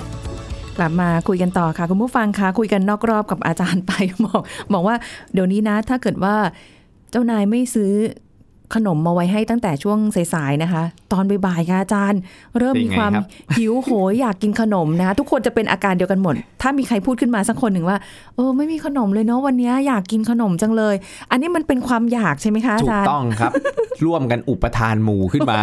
[SPEAKER 2] กลับมาคุยกันต่อค่ะ คุณผู้ฟังคะคุยกันนอกร อบกับอาจารย์ไป บอกบอกว่าเดี๋ยวนี้นะ ถ้าเกิดว่าเจ้านายไม่ซื้อ ขนมมาไว้ให้ตั้งแต่ช่วงสายๆนะคะ ตอนบ่ายๆค่ะอาจารย์ เริ่มมี
[SPEAKER 3] เป็นไง
[SPEAKER 2] ความ
[SPEAKER 3] ครับ
[SPEAKER 2] หิวโหยอยากกินขนมนะคะทุกคนจะเป็นอาการเดียวกันหมด ถ้ามีใครพูดขึ้นมาสักคนหนึ่งว่าเออไม่มีขนมเลยเนาะวันเนี้ยอยากกินขนมจังเลย อันนี้มันเป็นความอยากใช่ไหมคะอา
[SPEAKER 3] ถูก
[SPEAKER 2] จารย์
[SPEAKER 3] ต้องครับ ร่วมกันอุปทานหมู่ขึ้นมา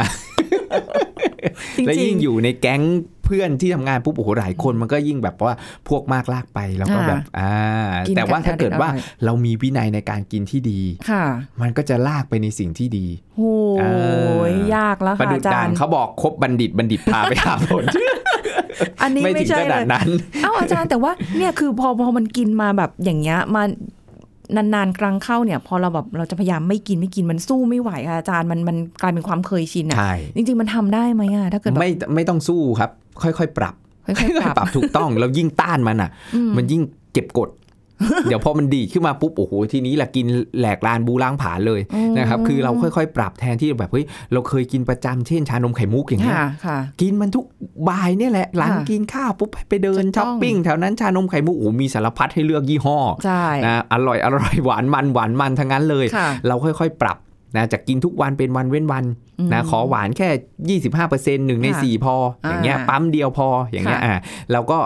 [SPEAKER 2] จริ
[SPEAKER 3] และยิ่
[SPEAKER 2] ง
[SPEAKER 3] งอยู่ในแก๊งเพื่อนที่ทำงานปุ๊บโอ้โหหลายคนมันก็ยิ่งแบบว่าพวกมากลากไปแล้วก็
[SPEAKER 2] อ่า
[SPEAKER 3] แบบอ่า
[SPEAKER 2] กิน
[SPEAKER 3] แต่ว่า
[SPEAKER 2] กัน
[SPEAKER 3] ถ้าเกิดว่า
[SPEAKER 2] อร่อย
[SPEAKER 3] เรามีวินัยในการกินที่ดี
[SPEAKER 2] ๆค่ะ
[SPEAKER 3] มันก็จะลากไปในสิ่งที่ดี
[SPEAKER 2] โอ้
[SPEAKER 3] เออ
[SPEAKER 2] ยยากแล้ว
[SPEAKER 3] ประ
[SPEAKER 2] ค่ะ
[SPEAKER 3] ดุจ
[SPEAKER 2] อาจา
[SPEAKER 3] ดาร น
[SPEAKER 2] ย์
[SPEAKER 3] เขาบอกคบบัณฑิตบัณฑิตพาไปหาผล
[SPEAKER 2] อันนี้
[SPEAKER 3] ไม่ถึ
[SPEAKER 2] ไม่
[SPEAKER 3] ง
[SPEAKER 2] ใช่
[SPEAKER 3] ข
[SPEAKER 2] เล
[SPEAKER 3] นาด
[SPEAKER 2] ย
[SPEAKER 3] นั้น
[SPEAKER 2] เอ้าอาจารย์แต่ว่าเนี่ยคือพอพอมันกินมาแบบอย่างเงี้ยมานานๆครั้งเข้าเนี่ย พอเราแบบเราจะพยายามไม่กินไม่กินมันสู้ไม่ไหวค่ะอาจารย์มันมันกลายเป็นความเคยชินอ่ะ
[SPEAKER 3] ใช่
[SPEAKER 2] จริง ๆ มันทำได้ไหมอ่ะถ้าเกิดแบบ
[SPEAKER 3] ไม่ไม่ต้องสู้ครับ ค่อยๆปรับ
[SPEAKER 2] ค่อยๆปรับ
[SPEAKER 3] ปรับถูกต้องแล้วยิ่งต้านมันอ่ะ มันยิ่งเก็บกด เดี๋ยวพอมันดีดขึ้นมาปุ๊บโอ้โหทีนี้แหละกินแหลกลานบูล้างผลาญเลยนะครับคือเราค่อยๆ ปรับแทนที่แบบเฮ้ยเราเคยกินประจำเช่นชานมไข่มุกอย่างเงี้ย
[SPEAKER 2] ค่ะค่ะ
[SPEAKER 3] กินมันทุกบ่ายเนี่ยแหละหลัง
[SPEAKER 2] ค่ะ
[SPEAKER 3] กินข้าวปุ๊บไปเดิน
[SPEAKER 2] จะต้อง
[SPEAKER 3] ช้อปปิ้งแถวนั้นชานมไข่มุกโอ้โหมีสารพัดให้เลือกยี่ห้อ
[SPEAKER 2] ใช่
[SPEAKER 3] นะอร่อยอร่อยหวานมันหวานมันทั้งนั้นเลย
[SPEAKER 2] ค่ะ
[SPEAKER 3] เราค่อยๆ ปรับนะจากกินทุกวันเป็นวันเว้นวันนะขอหวานแค่ 25%หนึ่งใน
[SPEAKER 2] ค่ะ
[SPEAKER 3] 4 พอ อย่างเงี้ย
[SPEAKER 2] อ่า
[SPEAKER 3] ปั๊มเดียวพออย่างเงี้ย
[SPEAKER 2] ค่ะ
[SPEAKER 3] อ่ะเราก็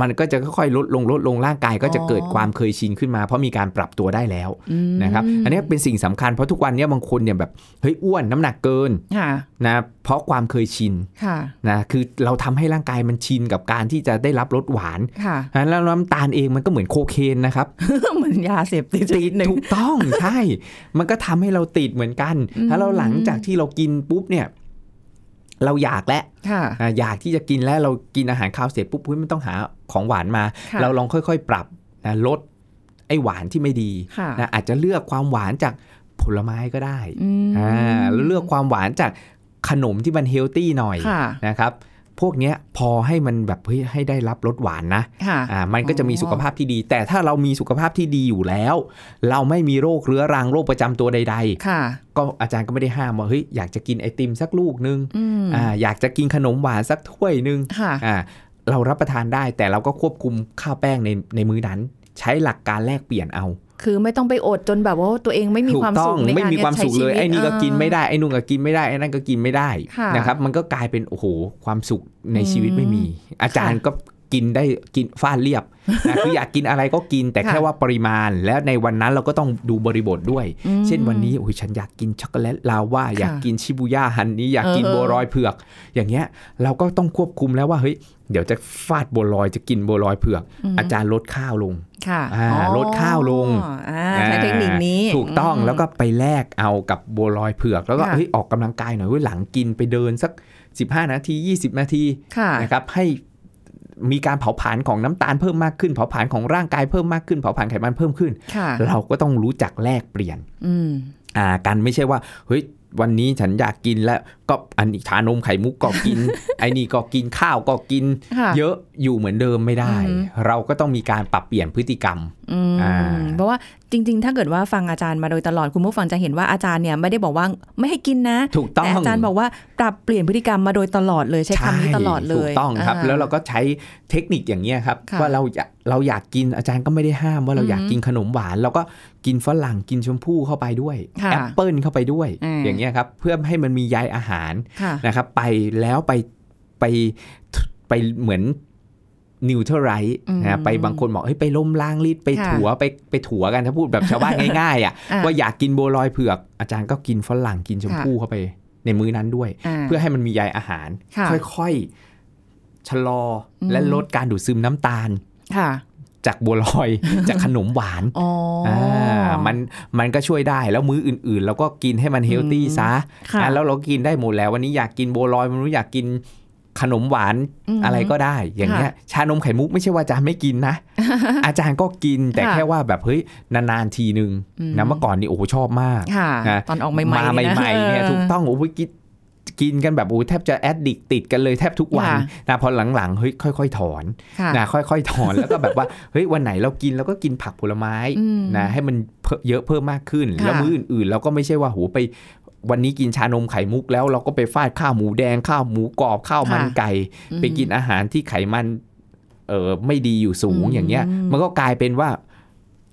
[SPEAKER 3] มันก็จะค่อยๆลดลงลดลงร่างกายก็จะ
[SPEAKER 2] อ๋อ
[SPEAKER 3] เกิดความเคยชินขึ้นมา เพราะมีการปรับตัวได้แล้ว
[SPEAKER 2] อืม
[SPEAKER 3] นะครับอันเนี้ยเป็นสิ่งสำคัญเพราะทุกวันเนี้ยบางคนเนี่ยแบบเฮ้ยอ้วนน้ำหนักเกิน
[SPEAKER 2] ค่ะ
[SPEAKER 3] นะเพราะความเคยชิน
[SPEAKER 2] ค่ะ
[SPEAKER 3] นะคือเราทำให้ร่างกายมันชินกับการที่จะได้รับรสหวาน
[SPEAKER 2] ค่ะ
[SPEAKER 3] อันแล้วน้ำตาลเองมันก็เหมือนโคเคนนะครับ
[SPEAKER 2] เหมือนยาเสพติดช
[SPEAKER 3] ติ
[SPEAKER 2] นิ
[SPEAKER 3] ด
[SPEAKER 2] ดหนึ่ง
[SPEAKER 3] ถูกต้อง ใช่ มันก็ทำให้เราติดเหมือนกัน
[SPEAKER 2] อืม
[SPEAKER 3] ถ้าเราหลังจากที่เรากินปุ๊บเนี่ย เราอยากแล้ว
[SPEAKER 2] ค่ะ
[SPEAKER 3] อ่ะอยากที่จะกินแล้วเรากินอาหารคาวเสร็จปุ๊บอุ๊ยมันต้องหาของหวานมา
[SPEAKER 2] ค่ะ
[SPEAKER 3] เราลองค่อยๆปรับนะลดไอ้หวานที่ไม่ดี
[SPEAKER 2] ค่ะ
[SPEAKER 3] นะอาจจะเลือกความหวานจากผลไม้ก็ได้
[SPEAKER 2] อืม
[SPEAKER 3] อ่าแล้วเลือกความหวานจากขนมที่มันเฮลตี้หน่อย
[SPEAKER 2] ค่ะ
[SPEAKER 3] นะครับ พวกเนี้ยพอให้มันแบบเฮ้ยให้ได้รับรสหวานนะ
[SPEAKER 2] ค่ะ
[SPEAKER 3] อ่ามันก็จะมี
[SPEAKER 2] อ๋อ
[SPEAKER 3] สุขภาพที่ดี แต่ถ้าเรามีสุขภาพที่ดีอยู่แล้ว เราไม่มีโรคเรื้อรังโรคประจำตัวใด
[SPEAKER 2] ค่ะ
[SPEAKER 3] ๆ ก็อาจารย์ก็ไม่ได้ห้ามว่าเฮ้ยอยากจะกินไอติมสักลูกนึง
[SPEAKER 2] อืม
[SPEAKER 3] อ่าอยากจะกินขนมหวานสักถ้วยนึง
[SPEAKER 2] ค่ะ
[SPEAKER 3] อ่าเรารับประทานได้แต่เราก็ควบคุมข้าวแป้งในในมื้อนั้น ใช้หลักการแลกเปลี่ยนเอา
[SPEAKER 2] คือไม่ต้องไปอดจนแบบว่าตัวเองไม่มี
[SPEAKER 3] ถู
[SPEAKER 2] ควาก ม
[SPEAKER 3] ต้อ
[SPEAKER 2] สุ
[SPEAKER 3] ง
[SPEAKER 2] ขใน
[SPEAKER 3] ไม่
[SPEAKER 2] การ
[SPEAKER 3] มีความ
[SPEAKER 2] ใช้
[SPEAKER 3] สุข
[SPEAKER 2] ชี
[SPEAKER 3] เลย
[SPEAKER 2] วิต
[SPEAKER 3] ไอ้นี่ก็
[SPEAKER 2] เออ
[SPEAKER 3] กินไม่ได้ไอ้นู่นก็กินไม่ได้ไอ้นั่นก็กินไม่ได้
[SPEAKER 2] ค่ะ
[SPEAKER 3] นะครับมันก็กลายเป็นโอ้โหความสุขในชีวิตไม่มี อาจารย์ก็กินได้กินฟาดเรียบนะคืออยากกินอะไรก็กินแต่
[SPEAKER 2] ค่ะ
[SPEAKER 3] แค่ว่าปริมาณ แล้วในวันนั้นเราก็ต้องดูบริบทด้วย
[SPEAKER 2] อืม
[SPEAKER 3] เช่นวันนี้โอ้ยฉันอยากกินช็อกโกแลตลาวาอยาก
[SPEAKER 2] ค่ะ
[SPEAKER 3] กินชิบูย่าฮันนี้อยากกิน
[SPEAKER 2] เออ
[SPEAKER 3] บัวลอยเผือก อย่างเงี้ยเราก็ต้องควบคุมแล้วว่าเฮ้ยเดี๋ยวจะฟาดบัวลอยจะกินบัวลอยเผือก อาจารย์ลดข้าวลง
[SPEAKER 2] ค่ะ
[SPEAKER 3] อ่าลดข้าวลง
[SPEAKER 2] อ่าใช้เทคนิคนี้
[SPEAKER 3] อ่าถูกต้องแล้วก็ไปแลกเอากับบัวลอยเผือก แล้วก็
[SPEAKER 2] ค่ะ
[SPEAKER 3] เฮ้ยออกกำลังกายหน่อยเว้ยหลังกินไปเดินสัก 15 นาที 20 นาที
[SPEAKER 2] ค่ะ
[SPEAKER 3] นะครับให้มีการเผาผลาญของน้ำตาลเพิ่มมากขึ้นเผาผลาญของร่างกายเพิ่มมากขึ้นเผาผลาญไขมันเพิ่มขึ้น
[SPEAKER 2] ค่ะ
[SPEAKER 3] เราก็ต้องรู้จักแลกเปลี่ยน
[SPEAKER 2] อืม
[SPEAKER 3] อ่ากันไม่ใช่ว่าเฮ้ยวันนี้ฉันอยากกินแล้วก็อันนี้ชานมไข่มุกก็ กิน ไอ้นี่ก็กินข้าวก็กิน
[SPEAKER 2] ค่ะ
[SPEAKER 3] เยอะอยู่เหมือนเดิมไม่ได้
[SPEAKER 2] อืม
[SPEAKER 3] เราก็ต้องมีการปรับเปลี่ยนพฤติกรรม
[SPEAKER 2] อืม
[SPEAKER 3] อ่า
[SPEAKER 2] เพราะว่าจริง ๆ ถ้าเกิดว่าฟังอาจารย์มาโดยตลอดคุณผู้ฟังจะเห็นว่าอาจารย์เนี่ยไม่ได้บอกว่าไม่ให้กินนะ
[SPEAKER 3] ถูกต้อง
[SPEAKER 2] แต่อาจารย์บอกว่าปรับเปลี่ยนพฤติกรรมมาโดยตลอดเลยใช้คำนี้ตลอดเลย
[SPEAKER 3] ถูกต้องครับ
[SPEAKER 2] า
[SPEAKER 3] แล้วเราก็ใช้เทคนิคอย่างเงี้ยครับ
[SPEAKER 2] ค่ะ
[SPEAKER 3] ว่าเราอยากเราอยากกินอาจารย์ก็ไม่ได้ห้ามว่าเราอยากกินขนมหวาน เราก็กินฝรั่งกินชมพู่เข้าไปด้วย
[SPEAKER 2] ค่ะ
[SPEAKER 3] แอปเปิลเข้าไปด้วย
[SPEAKER 2] อืม
[SPEAKER 3] อย่างเงี้ยครับเพื่อให้มันมีใยอาหาร
[SPEAKER 2] ค่ะ
[SPEAKER 3] นะครับ ไปแล้วไปไปไปเหมือนนิวเทอร์ไรต์
[SPEAKER 2] อืม
[SPEAKER 3] นะไปบางคนบอกเฮ้ยไปล้มล้างลิดไป
[SPEAKER 2] ค่ะ
[SPEAKER 3] ถัวไปไปถัวกันถ้าพูด แบบชาวบ้านง่ายๆอ่ะ
[SPEAKER 2] อ่ะ
[SPEAKER 3] ว่าอยากกินโบวลอยเผือก อาจารย์ก็กินฝรั่งกินชมพู่เข้าไป ในมื้อนั้นด้วย
[SPEAKER 2] อ่า
[SPEAKER 3] เพื่อให้มันมีใยอาหาร
[SPEAKER 2] ค่ะ
[SPEAKER 3] ค่อยๆ ชะลออ
[SPEAKER 2] ม
[SPEAKER 3] และลดการดูดซึมน้ำตาล
[SPEAKER 2] ค่ะ
[SPEAKER 3] จากบัวล อย จากขนมหวาน
[SPEAKER 2] อ๋ออ่
[SPEAKER 3] า
[SPEAKER 2] า
[SPEAKER 3] มันมันก็ช่วยได้แล้วมื้ออื่นๆ เราก็กินให้มันเฮลตี้
[SPEAKER 2] อืม
[SPEAKER 3] ซะ
[SPEAKER 2] ค่ะ
[SPEAKER 3] อ่ะแล้วเรากินได้หมดแล้ว วันนี้อยากกินบัวลอยวันนี้อยากกินขนมหวาน
[SPEAKER 2] ม
[SPEAKER 3] อะไรก็ได้ อย่างเงี้ยชานมไข่มุกไม่ใช่ว่าอาจารย์ไม่กิน นะ อาจารย์ก็กินแต่
[SPEAKER 2] ค่ะ
[SPEAKER 3] แค่ว่าแบบเฮ้ยนานๆทีนึง
[SPEAKER 2] อืม
[SPEAKER 3] นะเมื่อก่อนนี่โอ้โหชอบมาก
[SPEAKER 2] ค่ะ
[SPEAKER 3] นะ
[SPEAKER 2] ตอนออกใหม่
[SPEAKER 3] มา
[SPEAKER 2] ๆะ
[SPEAKER 3] ใหม่ๆเนี่ย
[SPEAKER 2] ออ
[SPEAKER 3] ถูกต้องโอ้ยกินกินกันแบบโอ้ยแทบจะแอดดิกติดกันเลยแทบทุกวัน
[SPEAKER 2] ค่ะ
[SPEAKER 3] นะพอหลังๆเฮ้ยค่อย ๆ ถอน
[SPEAKER 2] ค่ะ
[SPEAKER 3] นะค่อย ๆ ถอนแล้วก็แบบว่า เฮ้ยวันไหนเรากินเราก็กินผักผลไม้
[SPEAKER 2] อืม
[SPEAKER 3] นะให้มันเพิ่มเยอะเพิ่มมากขึ้น
[SPEAKER 2] ค่ะ
[SPEAKER 3] แล้วมื้ออื่นๆเราก็ไม่ใช่ว่าโหไป วันนี้กินชานมไข่มุกแล้วเราก็ไปฟาดข้าวหมูแดงข้าวหมูกรอบข้าวมันไก่ ไปกินอาหารที่ไขมันเออไม่ดีอยู่สูงอย่างเงี้ย มันก็กลายเป็นว่า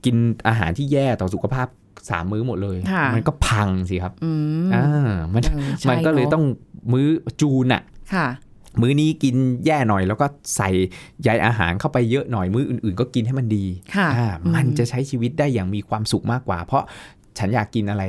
[SPEAKER 3] กินอาหารที่แย่ต่อสุขภาพสามมื้อหมดเลย
[SPEAKER 2] ค่ะ
[SPEAKER 3] มันก็พังสิครับ
[SPEAKER 2] อืม
[SPEAKER 3] อ่ามัน
[SPEAKER 2] ออใช่
[SPEAKER 3] มันก็เลย
[SPEAKER 2] อะ
[SPEAKER 3] ต้องมื้อจูนอะ
[SPEAKER 2] ค่ะ
[SPEAKER 3] มื้อนี้กินแย่หน่อยแล้วก็ใส่ใยอาหารเข้าไปเยอะหน่อยมื้ออื่นๆ ก็กินให้มันดี
[SPEAKER 2] ค่ะ
[SPEAKER 3] อ่า
[SPEAKER 2] อืม
[SPEAKER 3] มันจะใช้ชีวิตได้อย่างมีความสุขมากกว่า เพราะฉันอยากกินอะไร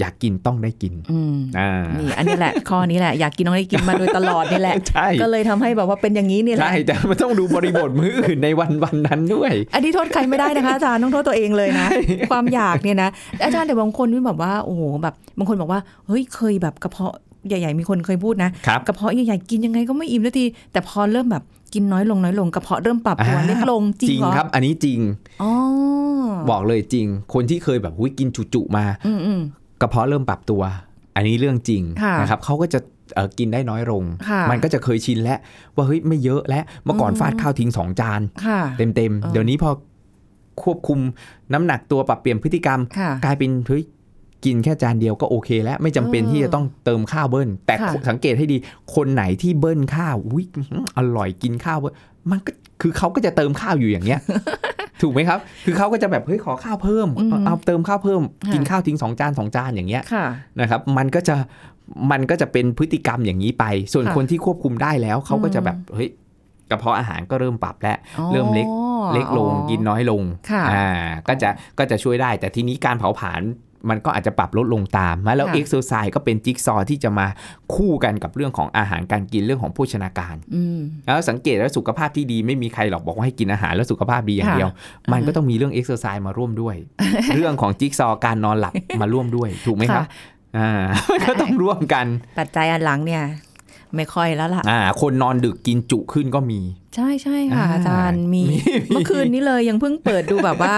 [SPEAKER 3] อยากกินต้องได้กิน
[SPEAKER 2] อืม
[SPEAKER 3] อ่า
[SPEAKER 2] นี่อันนี้แหละ ข้อนี้แหละ อยากกินน้องได้กินมาโดยตลอดนี่แหละ
[SPEAKER 3] ใช่
[SPEAKER 2] ก็เลยทำให้แบบว่าเป็นอย่างนี้นี่แหละ
[SPEAKER 3] ใช่แต่มันต้องดูบริบทมื้ออื่นในวันวันๆนั้นด้วย
[SPEAKER 2] อันนี้โทษใครไม่ได้นะคะอาจารย์ต้องโทษตัวเองเลยนะ ความอยากเนี่ยนะแต่อาจารย์แต่บางคนที่แบบว่าโอ้โหแบบบางคนบอกว่าเฮ้ยเคยแบบกระเพาะใหญ่ ๆ มีคนเคยพูดนะครับ กระเพาะใหญ่ๆกินยังไงก็ไม่อิ่มนาทีแต่พอเริ่มแบบกินน้อยลงน้อยลงกระเพาะเริ่มปรับตัว
[SPEAKER 3] อ่า
[SPEAKER 2] เล็กลงจริงเหรอ
[SPEAKER 3] ครับ อันนี้จริง
[SPEAKER 2] อ๋อ
[SPEAKER 3] บอกเลยจริง คนที่เคยแบบอุ๊ยกินจุๆมา
[SPEAKER 2] อืมอืม
[SPEAKER 3] กระเพาะเริ่มปรับตัว อันนี้เรื่องจริง
[SPEAKER 2] ค่ะ
[SPEAKER 3] นะครับเขาก็จะเอ่อกินได้น้อยลง
[SPEAKER 2] ค่ะ
[SPEAKER 3] มันก็จะเคยชินแล้ว ว่าเฮ้ยไม่เยอะแล้วเมื่อก่อน
[SPEAKER 2] อืม
[SPEAKER 3] ฟาดข้าวทิ้งสองจาน
[SPEAKER 2] ค่ะ
[SPEAKER 3] เต็มเต็มๆ
[SPEAKER 2] เออ
[SPEAKER 3] เดี๋ยวนี้พอควบคุมน้ำหนักตัวปรับเปลี่ยนพฤติกรรม
[SPEAKER 2] ค่ะ
[SPEAKER 3] กลายเป็นเฮ้ยกินแค่จานเดียวก็โอเค แล้วไม่จำเป็น
[SPEAKER 2] เออ
[SPEAKER 3] ที่จะต้องเติมข้าวเบิ้ลแต่
[SPEAKER 2] ค่ะ
[SPEAKER 3] สังเกตให้ดีคนไหนที่เบิ้ลข้าวอุ้ยอื้อหืออร่อยกินข้าวเบิ้ลมันก็คือเขาก็จะเติมข้าวอยู่อย่างเงี้ย ถูกไหมครับ คือเขาก็จะแบบเฮ้ยขอข้าวเพิ่มเอาเอาเติมข้าวเพิ่ม กินข้าวทิ้งสองจานสองจานอย่างเงี้ย
[SPEAKER 2] ค่ะ
[SPEAKER 3] นะครับมันก็จะมันก็จะเป็นพฤติกรรมอย่างนี้ไป ส่วน
[SPEAKER 2] ค่ะ
[SPEAKER 3] คนที่ควบคุมได้แล้วเขาก็จะ
[SPEAKER 2] อืม
[SPEAKER 3] แบบเฮ้ยกระเพาะอาหารก็เริ่มปรับแล้ว
[SPEAKER 2] อ๋อ
[SPEAKER 3] เริ่มเล็ก เล็กลงกินน้อยลง
[SPEAKER 2] ค่ะ
[SPEAKER 3] อ่าก็จะก็จะช่วยได้ แต่ทีนี้การเผาผลาญมันก็อาจจะปรับลดลงตามนะแล้ว
[SPEAKER 2] ค่ะ
[SPEAKER 3] เอ็กซ์โซไซก็เป็นจิ๊กซอว์ที่จะมาคู่กันกับเรื่องของอาหารการกินเรื่องของโภชนาการ
[SPEAKER 2] อืม
[SPEAKER 3] แล้วสังเกตแล้วสุขภาพที่ดีไม่มีใครหรอกบอกว่าให้กินอาหารแล้วสุขภาพดีอย่างเดียว มันก็ต้องมีเรื่องเอ็กซ์โซไซมาร่วมด้วย เรื่องของจิ๊กซอว์การนอน หลับมาร่วมด้วยถูกไหมครับ
[SPEAKER 2] ค่ะ
[SPEAKER 3] อ่า ก็ต้องร่วมกัน
[SPEAKER 2] ปัจจัยอันหลังเนี่ย ไม่ค่อยแล้วล่ะ
[SPEAKER 3] อ่า คนนอนดึกกินจุขึ้นก็มี
[SPEAKER 2] ใช่ใช่ค่ะ
[SPEAKER 3] อ่า
[SPEAKER 2] อาจารย์มี
[SPEAKER 3] มี
[SPEAKER 2] เมื่อคืนนี้เลยยังเพิ่งเปิดดูแบบว่า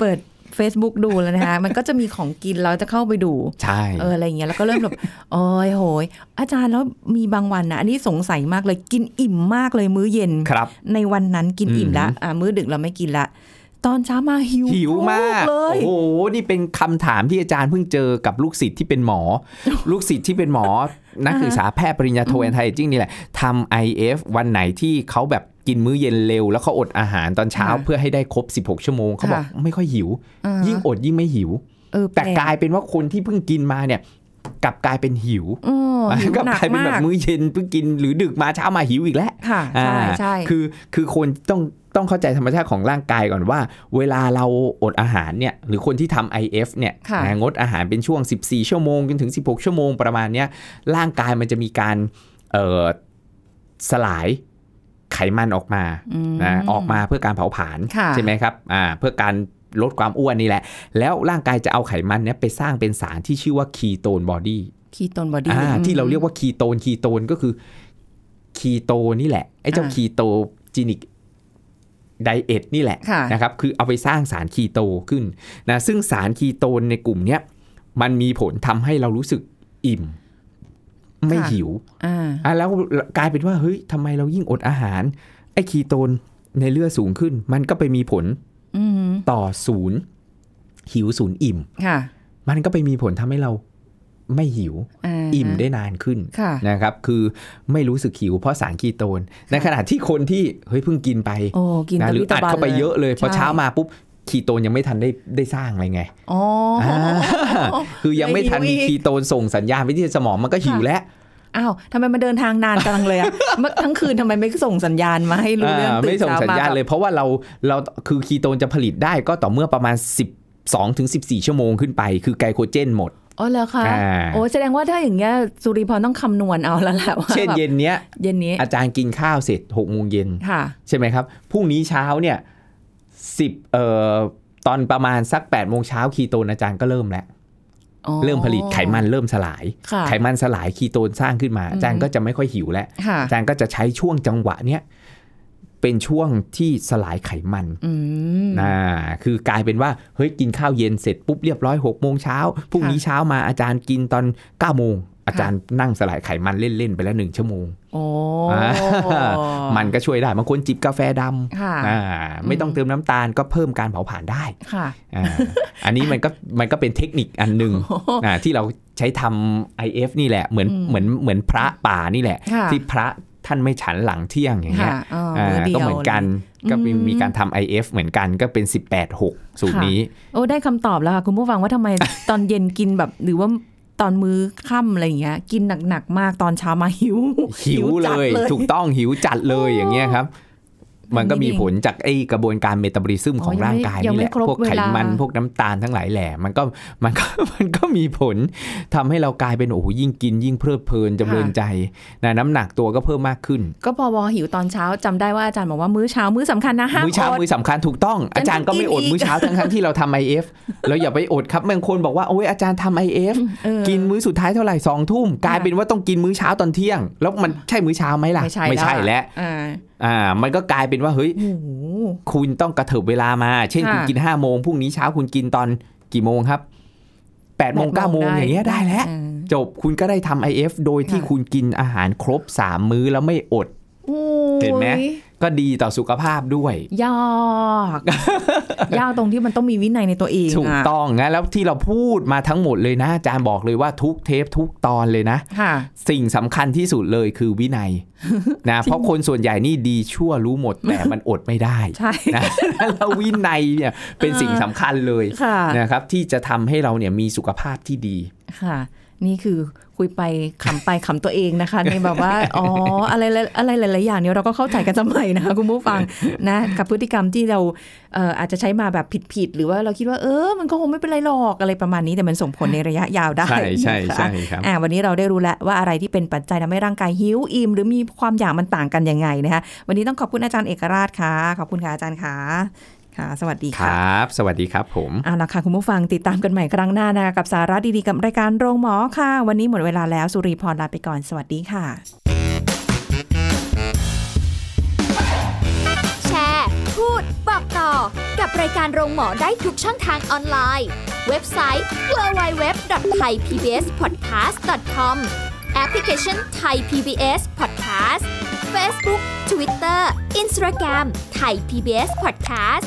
[SPEAKER 2] เปิด Facebook ดูแล้วนะคะมันก็จะมีของกินเราจะเข้าไปดู
[SPEAKER 3] ใช่
[SPEAKER 2] เอออะไรอย่างเงี้ยแล้วก็เริ่มแบบ โอ้ยโหย อาจารย์แล้วมีบางวันนะอันนี้สงสัยมากเลยกินอิ่มมากเลยมื้อเย็น
[SPEAKER 3] ครับ
[SPEAKER 2] ในวันนั้นกินอิ่ม
[SPEAKER 3] อืม
[SPEAKER 2] ละอ่ะมื้อดึกเราไม่กินละ ตอนเช้ามาหิว
[SPEAKER 3] หิวมาก
[SPEAKER 2] เลย
[SPEAKER 3] โอ้โหนี่เป็นคำถามที่อาจารย์เพิ่งเจอกับลูกศิษย์ที่เป็น หมอ ลูกศิษย์ที่เป็นหมอ นักศึกษาแพทย์ปริญญาโทแอนไทเอจิ้งนี่แหละทำ IF วันไหนที่เขาแบบกินมื้อเย็นเร็ว แล้วเขาอดอาหารตอนเช้า
[SPEAKER 2] ค่ะ
[SPEAKER 3] เพื่อให้ได้ครบ 16 ชั่วโมงเขาบอก
[SPEAKER 2] ค่ะ
[SPEAKER 3] ไม่ค่อยหิว
[SPEAKER 2] อ่า
[SPEAKER 3] ยิ่งอดยิ่งไม่หิว
[SPEAKER 2] เออ
[SPEAKER 3] แต่
[SPEAKER 2] ปล
[SPEAKER 3] กลายเป็นว่าคนที่เพิ่งกินมาเนี่ยกลับกลายเป็นหิว
[SPEAKER 2] โอ้หิว
[SPEAKER 3] ก็
[SPEAKER 2] หนัก
[SPEAKER 3] กลายเป็นแบ
[SPEAKER 2] มาก
[SPEAKER 3] บมื้อเย็นเพิ่งกินหรือดึกมาเช้ามาหิวอีกแล้ว
[SPEAKER 2] ค่ะ ใช่
[SPEAKER 3] อ่า
[SPEAKER 2] ใช่
[SPEAKER 3] คือคือคนต้องต้องเข้าใจธรรมชาติของร่างกายก่อนว่า เวลาเราอดอาหารเนี่ยหรือคนที่ทำ IF เนี่ย
[SPEAKER 2] ะ
[SPEAKER 3] นะงดอาหารเป็นช่วง 14 ชั่วโมงจนถึง 16 ชั่วโมงประมาณเนี้ยร่างกายมันจะมีการเอ่อสลายไขมันออกมา
[SPEAKER 2] ม
[SPEAKER 3] นะออกมาเพื่อการเผาผลาญ
[SPEAKER 2] ค่ะ
[SPEAKER 3] ใช่ไหมครับอ่าเพื่อการลดความอ้วนนี่แหละ แล้วร่างกายจะเอาไขมันเนี้ยไปสร้างเป็นสารที่ชื่อว่าคีโตนบอดี้
[SPEAKER 2] คีโตนบอดี้
[SPEAKER 3] อ่า
[SPEAKER 2] อืม
[SPEAKER 3] ที่เราเรียกว่าคีโตนคีโตนก็คือคีโตนี่แหละ ไอ้เจ้า
[SPEAKER 2] อ่า
[SPEAKER 3] คีโตจินิกไดเอทนี่แหละ
[SPEAKER 2] ค่ะ
[SPEAKER 3] นะครับคือเอาไปสร้างสารคีโตขึ้นนะซึ่งสารคีโตนในกลุ่มเนี้ยมันมีผลทำให้เรารู้สึกอิ่ม ไม่หิว
[SPEAKER 2] อ่า
[SPEAKER 3] อ่ะแล้วกลายเป็นว่าเฮ้ยทำไมเรายิ่งอดอาหาร ไอ้คีโตนในเลือดสูงขึ้น มันก็ไปมีผล
[SPEAKER 2] อืม
[SPEAKER 3] ต่อศูนย์ หิวศูนย์อิ่ม
[SPEAKER 2] ค่ะ
[SPEAKER 3] มันก็ไปมีผลทำให้เราไม่หิว
[SPEAKER 2] า
[SPEAKER 3] อิ่มได้นานขึ้น
[SPEAKER 2] ค่ะ
[SPEAKER 3] นะครับ คือไม่รู้สึกหิวเพราะสารคีโตน ในขณะที่คนที่เฮ้ยเพิ่งกินไป
[SPEAKER 2] โอ้กิน
[SPEAKER 3] นะ
[SPEAKER 2] ตะ
[SPEAKER 3] หรื
[SPEAKER 2] ลิ
[SPEAKER 3] อ
[SPEAKER 2] ตะ
[SPEAKER 3] อัด
[SPEAKER 2] บัน
[SPEAKER 3] เข้าไปเยอะเลยพอ
[SPEAKER 2] ใ
[SPEAKER 3] เช้ามาปุ๊บคีโตนยังไม่ทันได้ได้สร้างอะไรไง
[SPEAKER 2] อ๋ออ
[SPEAKER 3] า คือยังไม่ทัน
[SPEAKER 2] เลยหิ
[SPEAKER 3] มี
[SPEAKER 2] วอีก
[SPEAKER 3] คีโตนส่งสัญญาณไปที่สมองมันก็หิว
[SPEAKER 2] ค่ะ
[SPEAKER 3] แล้ว
[SPEAKER 2] อ้าวทำไมมาเดินทางนานจังเลย อะเมื่อทั้งคืนทำไมไม่ส่งสัญญาณมาให้รู้เรื่อง
[SPEAKER 3] อ่า
[SPEAKER 2] ตื่
[SPEAKER 3] ไม่
[SPEAKER 2] น
[SPEAKER 3] ส่ง
[SPEAKER 2] เช้า
[SPEAKER 3] สัญ
[SPEAKER 2] มา
[SPEAKER 3] ญาณเลย เพราะว่าเราเราคือคีโตนจะผลิตได้ก็ต่อเมื่อประมาณ 12ถึง14 ชั่วโมงขึ้นไป คือไกลโคเจน หมด
[SPEAKER 2] อ๋อเหรอคะ
[SPEAKER 3] อ่า
[SPEAKER 2] โอ้แสดงว่าถ้าอย่างเงี้ยสุริพรต้องคำนวณเอาแล้วแหละว่า
[SPEAKER 3] เช่น
[SPEAKER 2] แบบ
[SPEAKER 3] เย็นเนี้ย
[SPEAKER 2] เย็นนี้
[SPEAKER 3] อาจารย์กินข้าวเสร็จ6โมงเย็น
[SPEAKER 2] ค่ะ
[SPEAKER 3] ใช่ไหมครับพรุ่งนี้เช้าเนี่ย10เอ่อตอนประมาณสัก8โมงเช้าคีโตนอาจารย์ก็เริ่มแล้ว
[SPEAKER 2] อ๋อ
[SPEAKER 3] เริ่มผลิตไขมันเริ่มสลาย
[SPEAKER 2] ค่ะ
[SPEAKER 3] ไขมันสลายคีโตนสร้างขึ้นมา อาจารย์ก็จะไม่ค่อยหิวแล้ว
[SPEAKER 2] ค่ะ
[SPEAKER 3] อาจารย์ก็จะใช้ช่วงจังหวะเนี้ยเป็นช่วงที่สลายไขมัน
[SPEAKER 2] อืม
[SPEAKER 3] อ่าคือกลายเป็นว่าเฮ้ยกินข้าวเย็นเสร็จปุ๊บเรียบร้อย6กโมงเช้าพรุ่งนี้เช้ามาอาจารย์กินตอน9ก้าโมงอาจารย์นั่งสลายไขมันเล่น ๆ ไปแล้วหนึ่งชั่วโมง
[SPEAKER 2] โอ้
[SPEAKER 3] อ่ามันก็ช่วยได้บางคนจิบกาแฟด
[SPEAKER 2] ค่ะ
[SPEAKER 3] ำอ่าไม่ต้องเติมน้ำตาลก็เพิ่มการเผาผลาญได้
[SPEAKER 2] ค่ะ
[SPEAKER 3] อ่า อันนี้มันก็มันก็เป็นเทคนิคอันหนึ่งอ่าที่เราใช้ทำ IF นี่แหละเหมือนเหมือนเหมือนพระป่านี่แหละ
[SPEAKER 2] ค่ะ
[SPEAKER 3] ที่พระ ท่านไม่ฉันหลังเที่ยงอย่างเงี้ย
[SPEAKER 2] ค่ะอ๋อ
[SPEAKER 3] อ่า
[SPEAKER 2] มื้อเดียว
[SPEAKER 3] ก็เหมือนกันก็มีมีการทำ IF เหมือนกันก็เป็น 18-6 สูตร
[SPEAKER 2] ค่ะ
[SPEAKER 3] นี้
[SPEAKER 2] โอ้ได้คำตอบแล้วค่ะ คุณผู้ฟังว่าทำไม ตอนเย็นกินแบบหรือว่าตอนมื้อค่ำอะไรอย่างเงี้ย กินหนักๆมากตอนเช้ามาหิว
[SPEAKER 3] หิวเล
[SPEAKER 2] จัด
[SPEAKER 3] ย ถูกต้องหิวจัดเลยอย่างเงี้ยครับ มันก็มีผลจากไอ้กระบวนการเมตาบอลิซึม
[SPEAKER 2] อ๋อ
[SPEAKER 3] ของร่างกาย
[SPEAKER 2] ยัง
[SPEAKER 3] นี่
[SPEAKER 2] ไม่
[SPEAKER 3] แหละ
[SPEAKER 2] ครบ
[SPEAKER 3] พวกไขมัน
[SPEAKER 2] เวลา
[SPEAKER 3] พวกน้ำตาลทั้งหลายแหล่มันก็ มันก็ มันก็มีผลทำให้เรากลายเป็นโอ้โหยิ่งกิน ยิ่งเพลิดเพลินจำเริญใจนะน้ำหนักตัวก็เพิ่มมากขึ้น
[SPEAKER 2] ก็พอวอหิวตอนเช้าจำได้ว่าอาจารย์บอกว่ามื้อเช้ามื้อสำคัญนะห้าม
[SPEAKER 3] มื้อเช้า
[SPEAKER 2] อด
[SPEAKER 3] มื้อสำคัญถูกต้องอาจารย์ก็ไม่อด
[SPEAKER 2] กินอีก
[SPEAKER 3] มื้อเช้าทั้งทั้งๆที่เราทำไอเอฟแล้วอย่าไปอดครับบางคนบอกว่าโอ้ยอาจารย์ทำไอเอฟ
[SPEAKER 2] เออ
[SPEAKER 3] กินมื้อสุดท้ายเท่าไหร่สองทุ่มกลายเป็นว่าต้องกินมื้อเช้าตอนเที่ยง แล้วมันใช่มื้อเช้าไหมล่ะ
[SPEAKER 2] ไม่ใช่
[SPEAKER 3] ไม่ใช่
[SPEAKER 2] แล้ว
[SPEAKER 3] แล้ว
[SPEAKER 2] อ่า
[SPEAKER 3] อ่ามันก็กลายเป็นว่าเฮ้ย
[SPEAKER 2] โอ้โห
[SPEAKER 3] คุณต้องกระเถิบเวลามา เช่น
[SPEAKER 2] ค่ะ
[SPEAKER 3] คุณกิน5้าโมงพรุ่งนี้เช้าคุณกินตอนกี่โมงครับ8ปดโมงเก้าโมง
[SPEAKER 2] ได้
[SPEAKER 3] อย่างเงี้ยได้แล้ว
[SPEAKER 2] เออ
[SPEAKER 3] จบคุณก็ได้ทำ IF โดยที่
[SPEAKER 2] ค่ะ
[SPEAKER 3] คุณกินอาหารครบ 3 มื้อแล้วไม่อด
[SPEAKER 2] โอ้ย
[SPEAKER 3] เห็นไหม ก็ดีต่อสุขภาพด้วย
[SPEAKER 2] ยากยากตรงที่มันต้องมีวินัยในตัวเอง
[SPEAKER 3] ถูก
[SPEAKER 2] อะ
[SPEAKER 3] ต้องนะแล้วที่เราพูดมาทั้งหมดเลยนะอาจารย์บอกเลยว่าทุกเทปทุกตอนเลยนะ
[SPEAKER 2] ค่ะ
[SPEAKER 3] สิ่งสำคัญที่สุดเลยคือวินัย นะเพราะคนส่วนใหญ่นี่ดีชั่วรู้หมดแต่มันอดไม่ได้
[SPEAKER 2] ใช่
[SPEAKER 3] นะ แล้ววินัยเนี่ยเป็นสิ่งสำคัญเลย
[SPEAKER 2] ค่ะ
[SPEAKER 3] นะครับที่จะทำให้เราเนี่ยมีสุขภาพที่ดี
[SPEAKER 2] ค่ะ นี่คือคุยไปขำไปขำตัวเองนะคะ ในแบบว่า อ๋อ อะไรหลายอะไรหลาย ๆ อย่างเนี่ยเราก็เข้าใจกันสมัยนะคะคุณผู้ฟังนะกับพฤติกรรมที่เราเอ่ออาจจะใช้มาแบบผิด ๆ หรือว่าเราคิดว่าเออ มันก็คงไม่เป็นไรหรอกอะไรประมาณนี้แต่มันส่งผลในระยะยาวได้
[SPEAKER 3] ใช่ใช่
[SPEAKER 2] นะคะ
[SPEAKER 3] ใช่ครับ
[SPEAKER 2] อ่าวันนี้เราได้รู้แล้วว่าอะไรที่เป็นปัจจัยทำให้ร่างกายหิวอิ่มหรือมีความอยากมันต่างกันยังไงนะคะวันนี้ต้องขอบคุณอาจารย์เอกราชค่ะขอบคุณค่ะอาจารย์ค่ะค่ะ สวัสดี
[SPEAKER 3] คร
[SPEAKER 2] ค่ะ
[SPEAKER 3] ับ สวัสดีครับผม
[SPEAKER 2] เอาละค่ะ คุณผู้ฟังติดตามกันใหม่ครั้งหน้านะคะกับสาระดีๆ กับรายการโรงหมอค่ะ วันนี้หมดเวลาแล้วสุริพรลาไปก่อนสวัสดีค่ะ
[SPEAKER 1] แชร์ พูด บอกต่อ กับรายการโรงหมอได้ทุกช่องทางออนไลน์ เว็บไซต์ www.thaipbspodcast.com แอปพลิเคชัน Thai PBS Podcast Facebook Twitter Instagram Thai PBS Podcast